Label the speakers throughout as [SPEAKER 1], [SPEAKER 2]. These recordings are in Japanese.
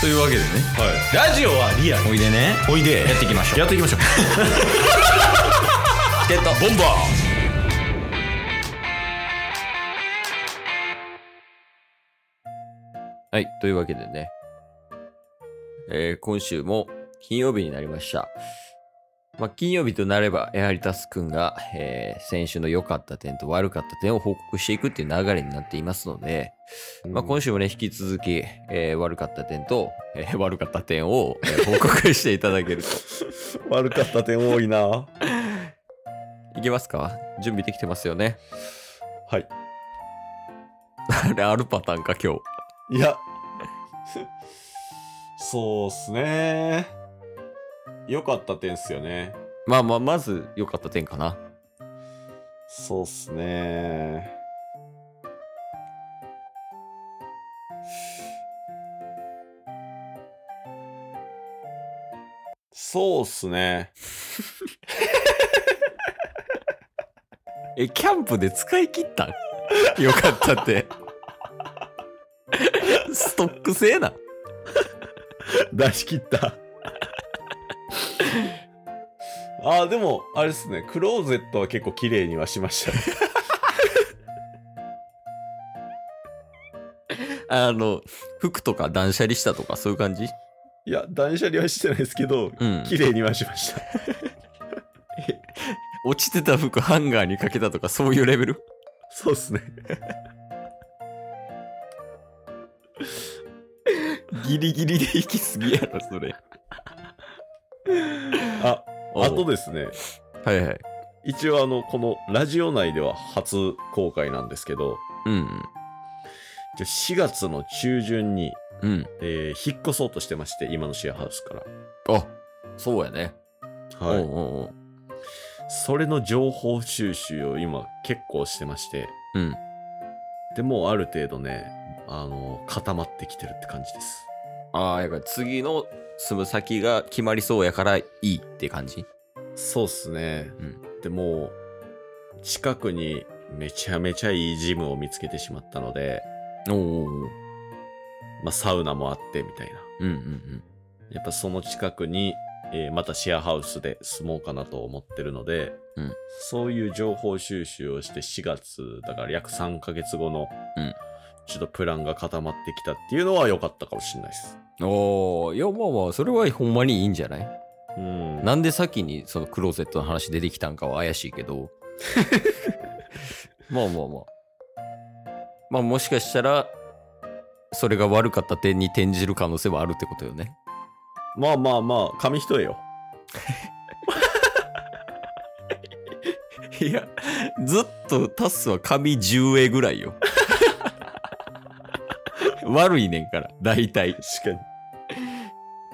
[SPEAKER 1] というわけでね
[SPEAKER 2] ラジオはリアル
[SPEAKER 1] おいでね
[SPEAKER 2] おいで
[SPEAKER 1] やっていきましょう
[SPEAKER 2] やってい きましょう
[SPEAKER 1] チケットボンバーはいというわけでね、えー今週も金曜日になりましたまあ、金曜日となれば、やはりタスくんが、えー先週の良かった点と悪かった点を報告していくっていう流れになっていますので、まあ、今週もね、引き続き、えー悪かった点と、えー 悪かった点を、えー報告していただけると。
[SPEAKER 2] 悪かった点多いなはい
[SPEAKER 1] けますか準備できてますよね。
[SPEAKER 2] い
[SPEAKER 1] あれ、あるパターンか、今日。
[SPEAKER 2] いやそうっすね良かった点っすよね
[SPEAKER 1] まあまあ、まず良かった点かな。
[SPEAKER 2] そうっすねそうっすね
[SPEAKER 1] え、キャンプで使い切ったん よかったって。 ストック制な。
[SPEAKER 2] 出し切った あーでもあれですねクローゼットは結構綺麗にはしましたね
[SPEAKER 1] あの、服とか断捨離したとか、そういう感じ
[SPEAKER 2] いや断捨離はしてないですけど
[SPEAKER 1] うん。
[SPEAKER 2] 綺麗にはしました
[SPEAKER 1] 落ちてた服ハンガーにかけたとか、そういうレベル
[SPEAKER 2] そうっすね
[SPEAKER 1] ギリギリで行き過ぎやろ、 それ。
[SPEAKER 2] あ
[SPEAKER 1] おう
[SPEAKER 2] あとですね
[SPEAKER 1] はいはい。
[SPEAKER 2] 一応あのこのラジオ内では初公開なんですけど
[SPEAKER 1] うん。
[SPEAKER 2] じゃ4月の中旬に、
[SPEAKER 1] うん。
[SPEAKER 2] えー引っ越そうとしてまして今のシェアハウスか
[SPEAKER 1] あ、そうやね。
[SPEAKER 2] ら、は
[SPEAKER 1] お、
[SPEAKER 2] いう
[SPEAKER 1] おうおう
[SPEAKER 2] それの情報収集を今結構してまして
[SPEAKER 1] うん。
[SPEAKER 2] でもうある程度ねあの固まってきてるって感じです
[SPEAKER 1] ああ、やから次の住む先が決まりそうやからいいって感じ
[SPEAKER 2] そうっすね、
[SPEAKER 1] うん
[SPEAKER 2] でもう近くにめちゃめちゃいいジムを見つけてしまったので、
[SPEAKER 1] おおー。
[SPEAKER 2] まあ、サウナもあってみたいな
[SPEAKER 1] うんうん
[SPEAKER 2] やっぱその近くに、えーまたシェアハウスで住もうかなと思ってるので、
[SPEAKER 1] うん
[SPEAKER 2] そういう情報収集をして4月だから約3ヶ月後の、
[SPEAKER 1] うん
[SPEAKER 2] ちょっとプランが固まってきたっていうのは良かったかもしれないです。
[SPEAKER 1] うん。おお、いやまあまあ、それはほんまにいいんじゃない
[SPEAKER 2] うん、
[SPEAKER 1] なんで先にそのクローゼットの話出てきたんかは怪しいけ ど。まあまあまあ。まあもしかしたら、それが悪かった点に転じる可能性はあるってことよね。
[SPEAKER 2] まあまあまあ紙一重よ。
[SPEAKER 1] いや、ずっとタスは紙10絵ぐらい よ。悪いねんから、大体。
[SPEAKER 2] 確か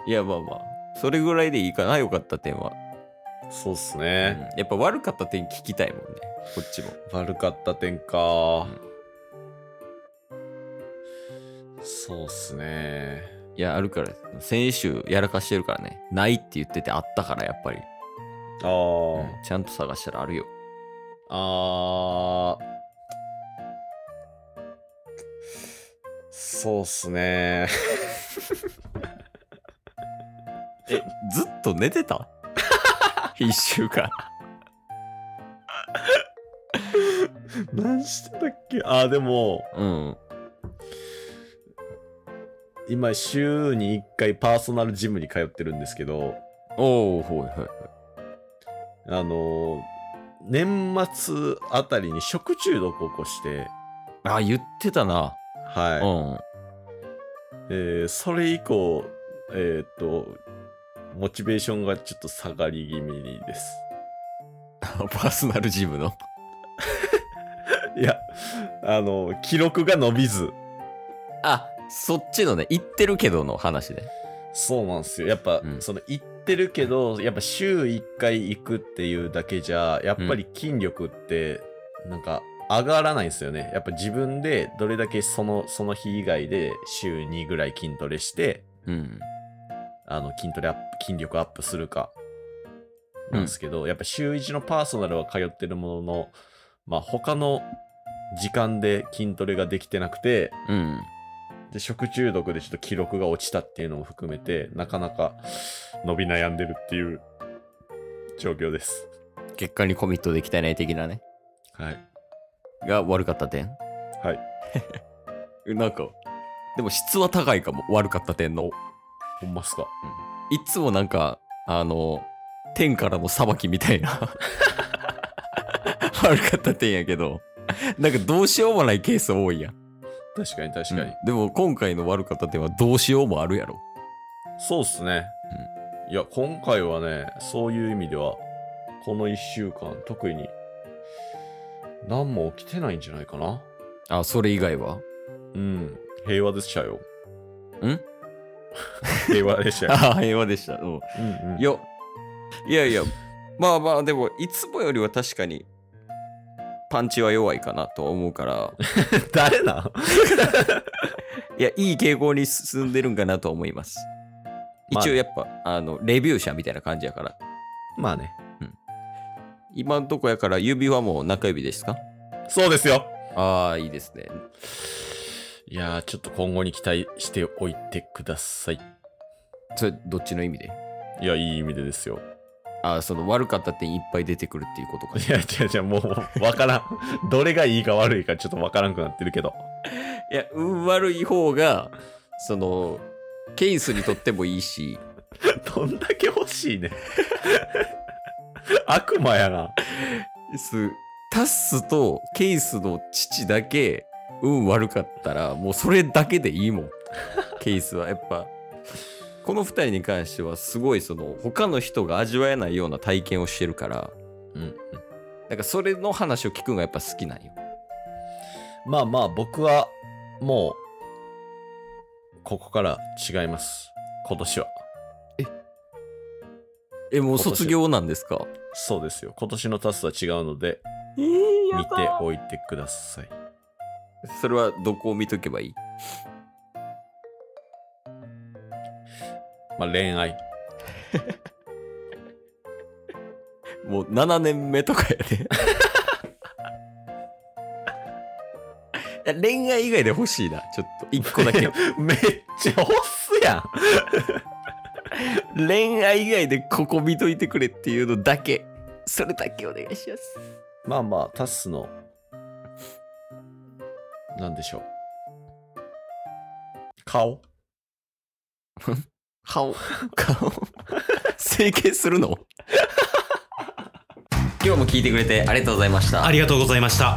[SPEAKER 1] いや、まあまあ。それぐらいでいいかな、良かった点は。
[SPEAKER 2] に。そうっす
[SPEAKER 1] うん
[SPEAKER 2] ね。
[SPEAKER 1] やっぱ悪かった点聞きたいもんね、こっちも。
[SPEAKER 2] 悪かった点か、そうっすね。
[SPEAKER 1] いや、あるから、先週やらかしてるからね。ないって言っててあったから、やっぱり。
[SPEAKER 2] ああ、
[SPEAKER 1] うんちゃんと探したらあるよ。
[SPEAKER 2] あーそうっすね。
[SPEAKER 1] え、ずっと寝てた 一週間。
[SPEAKER 2] 何してたっけあーでも、
[SPEAKER 1] うん。
[SPEAKER 2] 今、週に1回パーソナルジムに通ってるんですけど、
[SPEAKER 1] おおほいはい。
[SPEAKER 2] あのー年末あたりに食中毒を起こして、
[SPEAKER 1] あ、言ってたな。
[SPEAKER 2] はい。
[SPEAKER 1] うん。
[SPEAKER 2] えーそれ以降、えーっと、モチベーションがちょっと下がり気味にです。
[SPEAKER 1] パーソナルジムの。
[SPEAKER 2] いや、あの、記録が伸びず。
[SPEAKER 1] あ、そっちのね、行ってるけどの話で。
[SPEAKER 2] そうなんですよ。やっぱ、
[SPEAKER 1] うん
[SPEAKER 2] その、行ってるけど、やっぱ週1回行くっていうだけじゃ、やっぱり筋力って、なんか、上がらないんですよね。やっぱ自分で、どれだけその、その日以外で、週2ぐらい筋トレして、
[SPEAKER 1] うん。
[SPEAKER 2] あの筋トレアップ筋力アップするかなんですけど、やっぱ週1のパーソナルは通ってるものの、まあ、他の時間で筋トレができてなくて
[SPEAKER 1] うん。
[SPEAKER 2] で、食中毒でちょっと記録が落ちたっていうのも含めて、なかなか伸び悩んでるっていう状況です。
[SPEAKER 1] 結果にコミットできたいない的なね。
[SPEAKER 2] はい。
[SPEAKER 1] が悪かった点
[SPEAKER 2] はい。
[SPEAKER 1] え なんか、でも質は高いかも、悪かった点の。
[SPEAKER 2] ほんまっすか。
[SPEAKER 1] いつもなんか、あの、天からの裁きみたいな。 悪かった点やけど、なんかどうしようもないケース多いやん。
[SPEAKER 2] 確かに確かに。
[SPEAKER 1] うんでも今回の悪かった点はどうしようもあるやろ。
[SPEAKER 2] そうっすね。いや、今回はね、そういう意味では、この1週間、特に、何も起きてないんじゃないかな。
[SPEAKER 1] あ、それ以外は
[SPEAKER 2] うん。平和でしたよ。
[SPEAKER 1] ん
[SPEAKER 2] 平和でしたよ。
[SPEAKER 1] ああ、平和でした。うん。
[SPEAKER 2] うんうん
[SPEAKER 1] いや、いやいや、まあまあ、でも、いつもよりは確かに、パンチは弱いかなとは思う から、
[SPEAKER 2] 誰なん
[SPEAKER 1] いや、いい傾向に進んでるんかなとは思います。
[SPEAKER 2] まあ
[SPEAKER 1] 一応やっぱ、あの、レビュー者みたいな感じやから、
[SPEAKER 2] まあね。
[SPEAKER 1] 今んとこやから、指輪も中指ですか
[SPEAKER 2] そうですよ。
[SPEAKER 1] ああ、いいですね。
[SPEAKER 2] いやー、ちょっと今後に期待しておいてください。
[SPEAKER 1] それ、どっちの意味で
[SPEAKER 2] いや、いい意味でですよ。
[SPEAKER 1] ああ、その悪かった点いっぱい出てくるって いうことか。
[SPEAKER 2] いや、違う違う、もう、わから ん。どれがいいか悪いか、ちょっとわからんくなってるけど。
[SPEAKER 1] いや、運悪い方が、そ の、ケースにとってもいいし、
[SPEAKER 2] どんだけ欲しい ねん。悪魔やな。
[SPEAKER 1] すタッスとケイスの父だけ運悪かったらもうそれだけでいい もんケイスはやっぱこの2人に関してはすごいその他の人が味わえないような体験をしてるから
[SPEAKER 2] うん。
[SPEAKER 1] なんかそれの話を聞くのがやっぱ好きなんよ
[SPEAKER 2] まあまあ、僕は、もう、ここから違います。今年は。
[SPEAKER 1] えもう
[SPEAKER 2] 今年
[SPEAKER 1] 卒業なんですか
[SPEAKER 2] そうですよ。今年のタスは違うので、
[SPEAKER 1] え
[SPEAKER 2] 見ておいてください。
[SPEAKER 1] それはどこを見とけばいい
[SPEAKER 2] まあ、恋愛。
[SPEAKER 1] もう7年目とかや でいや恋愛以外で欲しいなちょっと1個だ け
[SPEAKER 2] めっちゃ押すやん。
[SPEAKER 1] 恋愛以外でここ見といてくれっていうのだけそれだけお願いします
[SPEAKER 2] まあまあ、タスの、なんでしょう。顔
[SPEAKER 1] 顔顔整形するの 今日も聞いてくれてありがとうございました
[SPEAKER 3] ありがとうございました。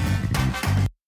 [SPEAKER 3] す